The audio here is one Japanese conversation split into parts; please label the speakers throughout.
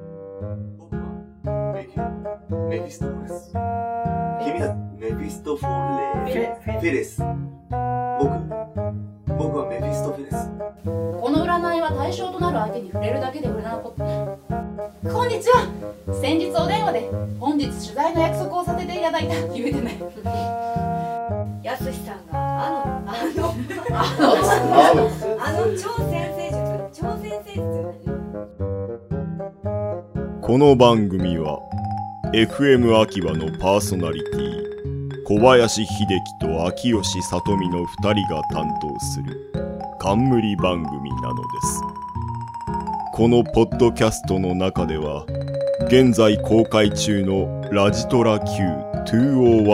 Speaker 1: 僕はメフィメフィストフォレス。君はメフィストフォレ
Speaker 2: フェ
Speaker 1: フェレス。僕、僕はメフィストフェレス。
Speaker 2: この占いは対象となる相手に触れるだけで占うことこんにちは先日お電話で本日取材の約束をさせていただいた言えてない
Speaker 3: やすしさんがあのあの
Speaker 1: あの
Speaker 3: あの超先生術超先生術
Speaker 4: この番組は FM 秋葉のパーソナリティ小林秀樹と秋吉里美の2人が担当する冠番組なのですこのポッドキャストの中では現在公開中の「ラジトラ Q2012」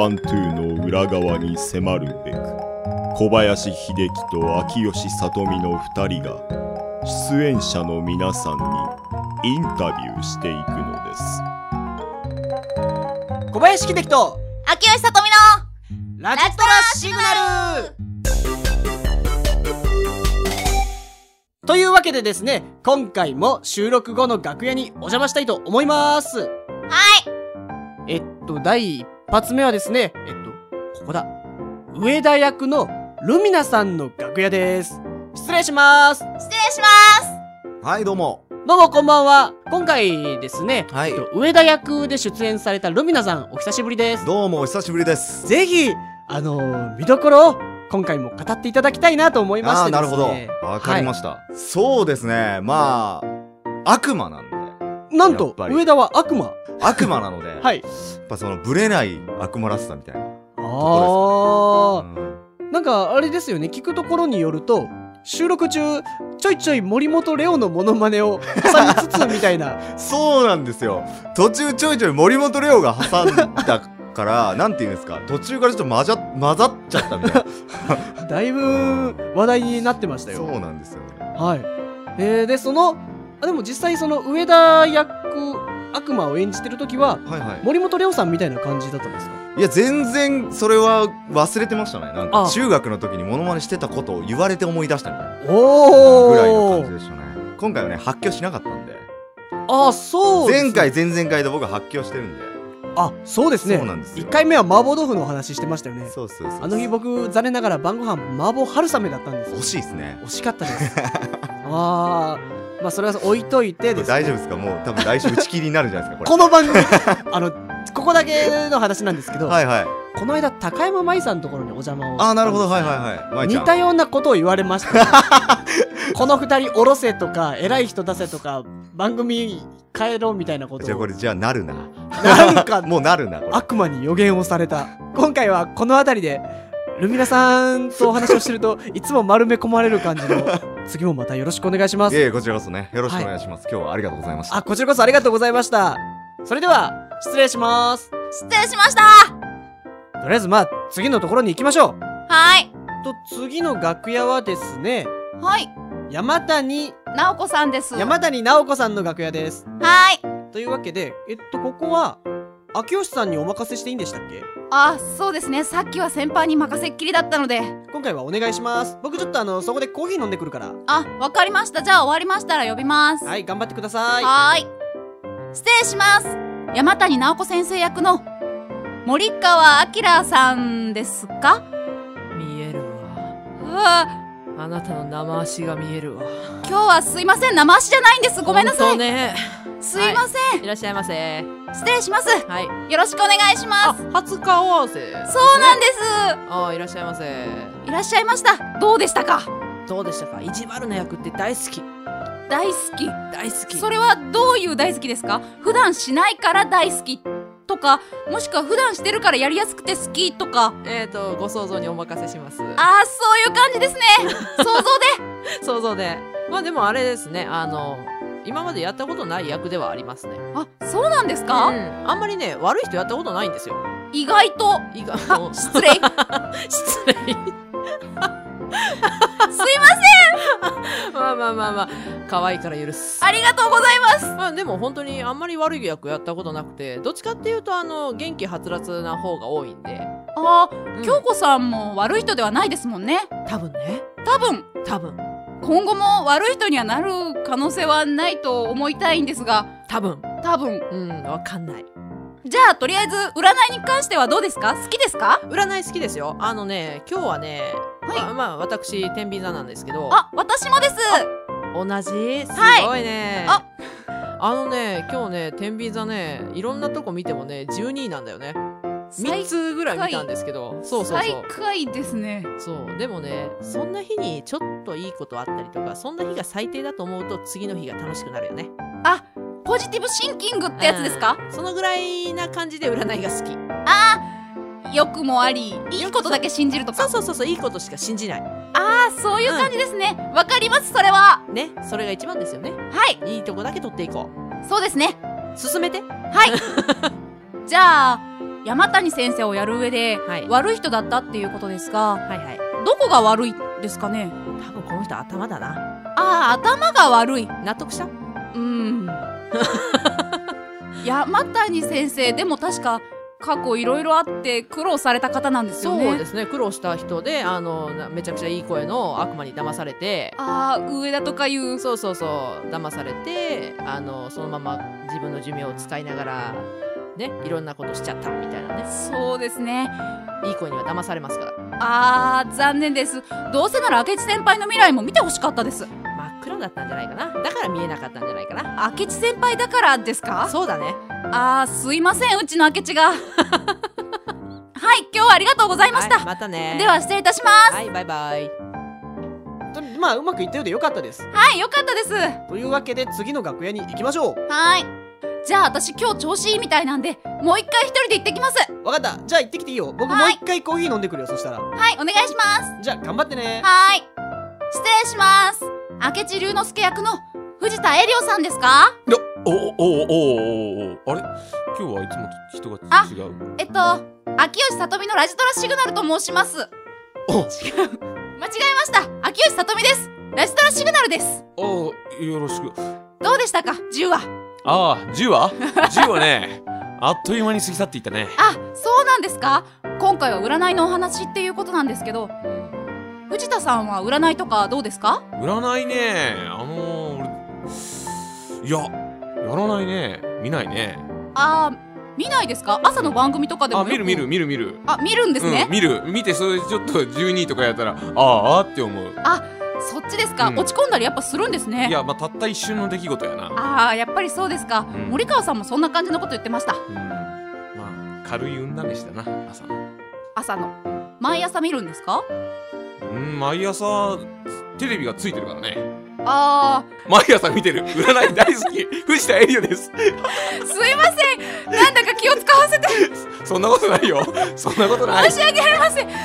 Speaker 4: の裏側に迫るべく小林秀樹と秋吉里美の2人が出演者の皆さんにインタビューしていくのです
Speaker 5: 小林秀樹と
Speaker 6: 秋吉さとみの
Speaker 5: ラ
Speaker 6: ラジトラシグナル
Speaker 5: というわけでですね今回も収録後の楽屋にお邪魔したいと思いますはいえっと第一発目はですねえっとここだ上田役のルミナさんの楽屋です失礼します
Speaker 6: 失礼します
Speaker 7: はい、どうも。
Speaker 5: どうもこんばんは今回ですね、
Speaker 7: はい
Speaker 5: えっと上田役で出演されたルミナさんお久しぶりです
Speaker 7: どうも、お久しぶりです。
Speaker 5: ぜひ、あのー見どころを今回も語っていただきたいなと思いまし
Speaker 7: ああ
Speaker 5: て
Speaker 7: ー、
Speaker 5: で
Speaker 7: な
Speaker 5: す
Speaker 7: る
Speaker 5: ね。
Speaker 7: ほど。わかりました、そうですね、まあ、悪魔なんで。
Speaker 5: はいなん
Speaker 7: や
Speaker 5: と
Speaker 7: っ、ぱり
Speaker 5: 上田は悪魔。
Speaker 7: 悪魔なので、 や
Speaker 5: はい。
Speaker 7: っぱその、ぶれない悪魔らしさみたいな。う
Speaker 5: あ
Speaker 7: ん
Speaker 5: あ、なんかあれですよね、聞くところによると、収録中、ちょいちょい森本レオのモノマネを挟みつつみた いな。
Speaker 7: そうなんですよ。途中ちょいちょい森本レオが挟んだから、 なんて言うんですか、途中からちょっと混ざ混ざっちゃったみたいな。
Speaker 5: だいぶ話題になっ てました
Speaker 7: そ
Speaker 5: よ。
Speaker 7: うなんですよね。
Speaker 5: はい。えー、で、その、あでも実際その上田役、悪魔を演じてる時は、
Speaker 7: はいはい。
Speaker 5: 森本レオさんみたいな感じだったんですか
Speaker 7: いや、全然、それは忘れてましたね。なん
Speaker 5: あ
Speaker 7: か
Speaker 5: あ、
Speaker 7: 中学の時にモノマネしてたことを言われて思い出したみたいな。
Speaker 5: おー
Speaker 7: ぐらいの感じでしたね今回はね発狂しなかったんで
Speaker 5: あそうですね
Speaker 7: 前回前々回で僕は発狂してるんで
Speaker 5: あそうですね
Speaker 7: そうなんですよ
Speaker 5: 1回目は麻婆豆腐のお話してましたよね
Speaker 7: そうそうそう
Speaker 5: あの日僕残念ながら晩ご飯麻婆春雨だったんですよ
Speaker 7: 惜しいですね
Speaker 5: 惜しかったです あーまあそれは置いといてです
Speaker 7: 大丈夫ですかもう多分来週打ち切りになるんじゃないですか
Speaker 5: こ
Speaker 7: こ
Speaker 5: の番組 あのここだけの話なんですけど、
Speaker 7: れはいはい
Speaker 5: この間高山舞さんのところにお邪魔を
Speaker 7: ああなるほどはい
Speaker 5: い
Speaker 7: はいはいまいちゃ
Speaker 5: 似
Speaker 7: ん
Speaker 5: たようなことを言われました この二人おろせとか偉い人出せとか番組変えろみたいなことを
Speaker 7: じゃあこれじゃあなるな
Speaker 5: なんか
Speaker 7: もうなるなこれ
Speaker 5: 悪魔に予言をされた今回はこの辺りでルミナさんとお話をして るといつも丸め込まれる感じの次もまたよろしくお願いしま
Speaker 7: いえい
Speaker 5: す
Speaker 7: えこちらこそねよろしくお願いします、今日はありがとうございました
Speaker 5: あこちらこそありがとうございましたそれでは失礼しますと
Speaker 6: 失礼しました
Speaker 5: りあえずまあ次のところに行きましょう
Speaker 6: はい
Speaker 5: と次の楽屋はですね
Speaker 2: はい
Speaker 5: 山谷
Speaker 2: 直子さんです
Speaker 5: 山谷直子さんの楽屋です
Speaker 6: はい
Speaker 5: というわけでえっとここは秋吉さんにお任せしていいんでしたっけ
Speaker 2: あそうですねさっきは先輩に任せっきりだったので
Speaker 5: 今回はお願いします僕ちょっとあのそこでコーヒー飲んでくるから
Speaker 2: あわかりましたじゃあ終わりましたら呼びます
Speaker 5: はい頑張ってください
Speaker 2: はーい。失礼します。山谷直子先生役の森川明さんですか
Speaker 8: 見えるわ
Speaker 2: うわ
Speaker 8: あなたの生足が見えるわ
Speaker 2: 今日はすいません生足じゃないんですごめんなさ
Speaker 8: ほ
Speaker 2: い、
Speaker 8: とね
Speaker 2: すいません、
Speaker 8: いらっしゃいませ
Speaker 2: 失礼します
Speaker 8: はい
Speaker 2: よろしくお願いし
Speaker 8: あ
Speaker 2: ます
Speaker 8: 初顔合わせ
Speaker 2: そうなんで
Speaker 8: あいらっしゃいませ
Speaker 2: すいらっしゃいましたどうでしたか
Speaker 8: どうでしたか意地悪な役って大好き
Speaker 2: 大好き
Speaker 8: 大好き
Speaker 2: それはどういう大好きですか普段しないから大好きとかもしくは普段してるからやりやすくて好きとか
Speaker 8: えっ、ー、とご想像にお任せします
Speaker 2: あーそういう感じです ね想像で
Speaker 8: 想像でまあでもあれですねあの今までやったことない役ではありますね
Speaker 2: あそうなんです
Speaker 8: あ,、う
Speaker 2: か、
Speaker 8: ん、あんまりね悪い人やったことないんですよ
Speaker 2: 意外と
Speaker 8: 意外
Speaker 2: あ失 礼
Speaker 8: 失 礼
Speaker 2: すいません
Speaker 8: まあまあまあまあ可愛いから許す
Speaker 2: ありがとうございます
Speaker 8: まあでも本当にあんまり悪い役やったことなくてどっちかっていうとあの元気はつらつな方が多いんで、
Speaker 2: あー、
Speaker 8: うん
Speaker 2: 京子さんも悪い人ではないですもんね
Speaker 8: 多分ね
Speaker 2: 多分
Speaker 8: 多分
Speaker 2: 今後も悪い人にはなる可能性はないと思いたいんですが
Speaker 8: 多分
Speaker 2: 多多分
Speaker 8: うんわかんない
Speaker 2: じゃあとりあえず占いに関してはどうですか好きですか
Speaker 8: 占い好きですよあのね今日はね、まあまあ私天秤座なんですけど
Speaker 2: あ私もです
Speaker 8: 同じす
Speaker 2: はい
Speaker 8: ごいね、
Speaker 2: あ
Speaker 8: あのね今日ね天秤座ねいろんなとこ見てもね12位なんだよね3つぐらい見たんですけどそうそうそ
Speaker 2: 最
Speaker 8: う
Speaker 2: 下位ですね
Speaker 8: そうでもねそんな日にちょっといいことあったりとかそんな日が最低だと思うと次の日が楽しくなるよね
Speaker 2: ポジティブシンキングってやつですか、
Speaker 8: うんそのぐらいな感じで占いが好き
Speaker 2: 良くもありいいことだけ信じると
Speaker 8: そ
Speaker 2: か
Speaker 8: うそうそうそういいことしか信じない
Speaker 2: ああそういう感じですねわ、かりますそれは
Speaker 8: ねそれが一番ですよね
Speaker 2: はい
Speaker 8: いいとこだけ取っていこ
Speaker 2: そうですね
Speaker 8: う進めて
Speaker 2: はいじゃあ山谷先生をやる上で、
Speaker 8: はい
Speaker 2: 悪い人だったっていうことですが
Speaker 8: はいはい
Speaker 2: どこが悪いですかね
Speaker 8: 多分この人頭だな
Speaker 2: ああ頭が悪い
Speaker 8: 納得した
Speaker 2: うん山谷先生でも確か過去いろいろあって苦労された方なんですよ
Speaker 8: そ
Speaker 2: ね
Speaker 8: うですね苦労した人であのなめちゃくちゃいい声の悪魔に騙されて
Speaker 2: ああ上田とかいう
Speaker 8: そうそうそう騙されてあのそのまま自分の寿命を使いながらねいろんなことしちゃったみたいなね
Speaker 2: そうですね
Speaker 8: いい子には騙されますから
Speaker 2: あー残念ですどうせなら明智先輩の未来も見てほしかったです
Speaker 8: 真っ暗だったんじゃないかなだから見えなかったんじゃないかな
Speaker 2: 明智先輩だからですか
Speaker 8: そうだね
Speaker 2: あーすいませんうちの明智が はい今日はありがとうございました、
Speaker 8: はい、またね
Speaker 2: では失礼いたしま
Speaker 8: はいバイバイ
Speaker 5: とまあうまくいったようでよかったです
Speaker 2: すはいよかったですは
Speaker 5: というわけで次の楽屋に行きましょう
Speaker 2: いじゃあ私今日調子いいみたいなんでもう一回一人で行ってきます
Speaker 5: わかったじゃあ行ってきていいよ僕もう
Speaker 2: はい
Speaker 5: 一回コーヒー飲んでくるよそしたら
Speaker 2: はいお願いします
Speaker 5: じゃあ頑張ってね
Speaker 2: はい失礼します明智龍之介役の藤田エリオさんですか
Speaker 9: いや、おおおおおおあれ今日はいつもと人が違う。
Speaker 2: えっと秋吉さとみのラジトラシグナルと申します違う間違えました秋吉さとみですラジトラシグナルです
Speaker 9: ああ、よろしく。
Speaker 2: どうでしたか10話
Speaker 9: ああ、銃は銃はね、あっという間に過ぎ去っていったね。
Speaker 2: あそうなんですか今回は占いのお話っていうことなんですけど藤田さんは占いとかどうですか
Speaker 9: 占いね、あのー、俺、いや、やらないね。見ないね。
Speaker 2: あー見ないですか朝の番組とかでも
Speaker 9: あ、
Speaker 2: よく
Speaker 9: 見る見る見る見る。
Speaker 2: あ見るんです
Speaker 9: う
Speaker 2: ね
Speaker 9: ん、、見る。見て、それちょっと12とかやったら、ああって思う。
Speaker 2: そっちですか、
Speaker 9: うん
Speaker 2: 落ち込んだりやっぱするんですね
Speaker 9: いや、まあ、たった一瞬の出来事やな。
Speaker 2: あーやっぱりそうですか、
Speaker 9: ん
Speaker 2: 森川さんもそんな感じのこと言ってました
Speaker 9: うん。まあ、軽い運試しだな、朝の。
Speaker 2: 朝の毎朝見るんですか
Speaker 9: うん、毎朝、テレビがついてるからね。
Speaker 2: あー
Speaker 9: 毎朝見てる占い大好き藤田エリオです
Speaker 2: すいませんなんだか気を使わせて
Speaker 9: そんなことないよそんなことない
Speaker 2: 申し上げられま せん占い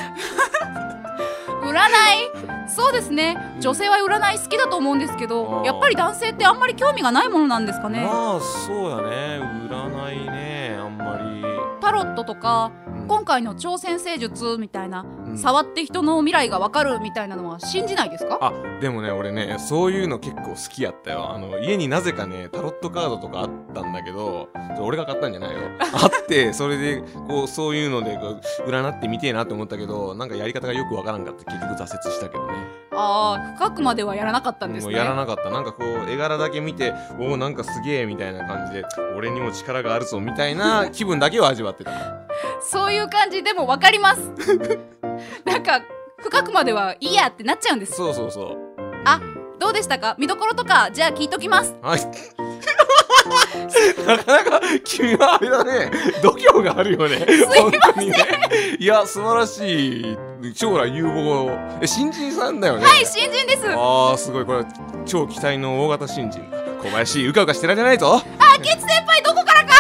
Speaker 2: そうですね女性は占い好きだと思うんですけ
Speaker 9: あ
Speaker 2: ど
Speaker 9: ー
Speaker 2: やっぱり男性ってあんまり興味がないものなんですかね
Speaker 9: まあそうやね占いねあんまり、
Speaker 2: タロットとか
Speaker 9: うん
Speaker 2: 今回の朝鮮聖術みたいな、
Speaker 9: うん
Speaker 2: 触って人の未来がわかるみたいなのは信じないですか
Speaker 9: あでもね俺ねそういうの結構好きやったよあの家になぜかねタロットカードとかあったんだけどそれ俺が買ったんじゃないよあってそれでこうそういうのでこう占ってみてえなって思ったけどなんかやり方がよくわからんかって結局挫折したけどね
Speaker 2: あー深くまではやらなかったんです
Speaker 9: も
Speaker 2: ね
Speaker 9: うやらなかったなんかこう絵柄だけ見ておおなんかすげえみたいな感じで俺にも力があるぞみたいな気分だけを味わってた
Speaker 2: そういう感じでもわかります なんか深くまではいいやってなっちゃうんです
Speaker 9: そうそうそう
Speaker 2: あどうでしたか見どころとかじゃあ聞いときます
Speaker 9: はい なかなか君はあれだね度胸があるよね本当にねいや素晴らしい将来有望え新人さんだよね
Speaker 2: はい新人です
Speaker 9: あーすごいこれ超期待の大型新人だ小林うかうかしてられないぞ
Speaker 2: あケツ先輩どこからか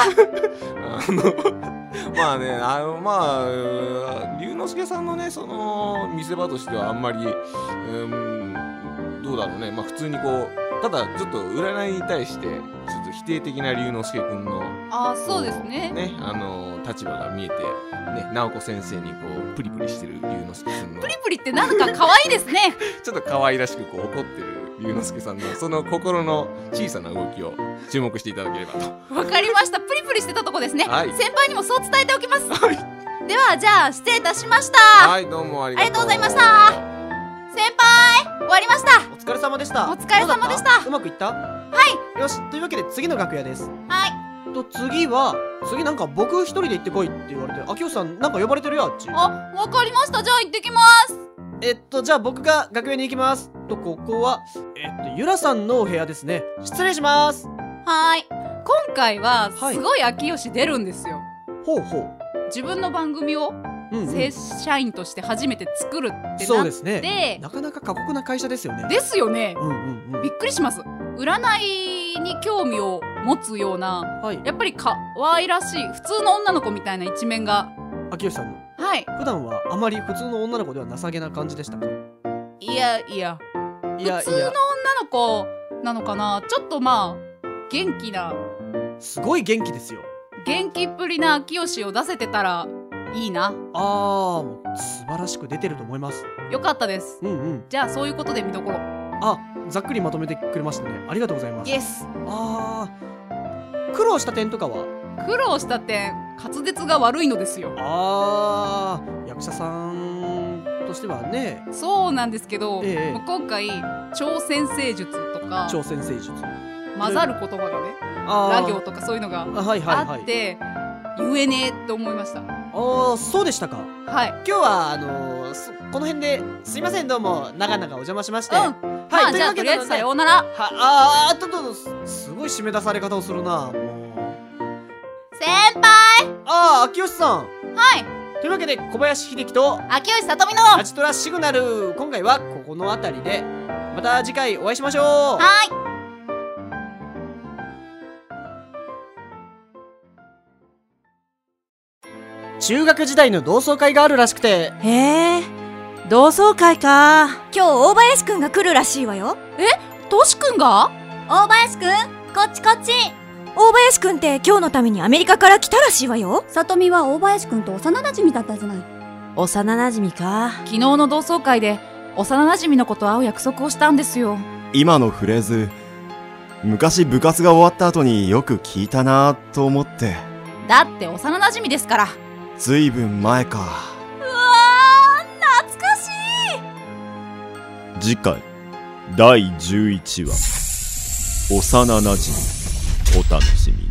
Speaker 9: あの まあねあのまあ龍之介さんのねその見せ場としてはあんまり、うん、どうだろうねまあ普通にこうただちょっと占いに対してちょっと否定的な龍之介君の
Speaker 2: あそうですね
Speaker 9: ねあの立場が見えてね直子先生にこうプリプリしてる龍之介君の
Speaker 2: プリプリってなんか可愛いですね
Speaker 9: ちょっと可愛らしくこう怒ってる龍之介さんのその心の小さな動きを注目していただければと。
Speaker 2: わかりましたプリプリしてたとこですね、
Speaker 9: はい
Speaker 2: 先輩にもそう伝えておきます、ではじゃあ失礼いたしました
Speaker 9: はいどうもありが
Speaker 2: あ
Speaker 9: と
Speaker 2: りが
Speaker 9: う
Speaker 2: とうございました先輩終わりました
Speaker 5: お疲れ様でした
Speaker 2: お疲れ様でした
Speaker 5: どうだったうまくいったはいよしというわけで次の楽屋です
Speaker 2: は
Speaker 5: と、次は、次なんか僕一人で行ってこいって言われて、秋吉さんなんか呼ばれてるよ、あっち。
Speaker 2: あ、わかりました。じゃあ行ってきま
Speaker 5: えっと、じゃあ僕が学園に行きます。と、ここは、えっと、ゆらさんのお部屋ですね。失礼します。
Speaker 2: す。はーい。今回は、
Speaker 5: はい
Speaker 2: すごい秋吉出るんですよ。
Speaker 5: ほうほう。
Speaker 2: 自分の番組を
Speaker 5: うん、うん。
Speaker 2: 正社員として初めて作るってなって、
Speaker 5: そうです
Speaker 2: で
Speaker 5: ね。なかなか過酷な会社ですよね。
Speaker 2: すよね。
Speaker 5: うんうんう
Speaker 2: び
Speaker 5: ん。
Speaker 2: っくりします。占いに興味を持つような、
Speaker 5: はい。
Speaker 2: やっぱり可愛らしい、普通の女の子みたいな一面が、
Speaker 5: 秋吉さんの、
Speaker 2: はい。
Speaker 5: 普段はあまり普通の女の子では情けな感じでしたか
Speaker 2: いやいや、
Speaker 5: いや
Speaker 2: 普
Speaker 5: い
Speaker 2: 通の
Speaker 5: や
Speaker 2: 女、の子なのかなちょっとまあ、元気な、
Speaker 5: すごい元気ですよ。
Speaker 2: 元気っぷりな秋吉を出せてたらいいな。
Speaker 5: あー、もう素晴らしく出てると思います。
Speaker 2: よかったです。
Speaker 5: うんうん。
Speaker 2: じゃあそういうことで見どころ。
Speaker 5: あ、ざっくりまとめてくれましたね。ありがとうございます。
Speaker 2: イエス。
Speaker 5: あー、苦労した点とかは
Speaker 2: 苦労した点、滑舌が悪いのですよ。
Speaker 5: あー、役者さんとしてはね、
Speaker 2: そうなんですけど、
Speaker 5: ええ
Speaker 2: もう今回、超先生術とか、
Speaker 5: 挑戦成術。
Speaker 2: 混ざる言葉がね、
Speaker 5: あー
Speaker 2: ラ行とかそういうのが
Speaker 5: あはいはいは
Speaker 2: あ
Speaker 5: い
Speaker 2: っ。て、言えねえって思いました。
Speaker 5: あー、そうでしたか。
Speaker 2: はい。
Speaker 5: 今日はあのーそこの辺ですいませんどうも長々お邪魔しまして、
Speaker 2: うん。まあ、
Speaker 5: と
Speaker 2: じ
Speaker 5: いう
Speaker 2: ゃ
Speaker 5: わ
Speaker 2: あと
Speaker 5: け
Speaker 2: り
Speaker 5: で
Speaker 2: あえずさようなら。
Speaker 5: はあーあっとっとっとすすごい締め出され方をするなもう
Speaker 2: 先輩
Speaker 5: ああ秋吉さん
Speaker 2: はい
Speaker 5: というわけで小林秀樹と
Speaker 2: 秋吉さとみの
Speaker 5: ラジトラシグナル今回はここの辺りでまた次回お会いしましょうは
Speaker 2: はい
Speaker 5: 中学時代の同窓会があるらしくて
Speaker 10: へえ同窓会か今日大林くんが来るらしいわよ
Speaker 2: としくんが
Speaker 10: 大林くんこっちこっち大林くんって今日のためにアメリカから来たらしいわよ
Speaker 11: さとみは大林くんと幼馴染だったじゃない
Speaker 10: 幼馴染か
Speaker 2: 昨日の同窓会で幼馴染の子と会う約束をしたんですよ
Speaker 4: 今のフレーズ昔部活が終わった後によく聞いたなぁと思って
Speaker 2: だって幼馴染ですから
Speaker 4: ずいぶん前か
Speaker 2: うわー懐かしい
Speaker 4: 次回第11話幼なじみお楽しみに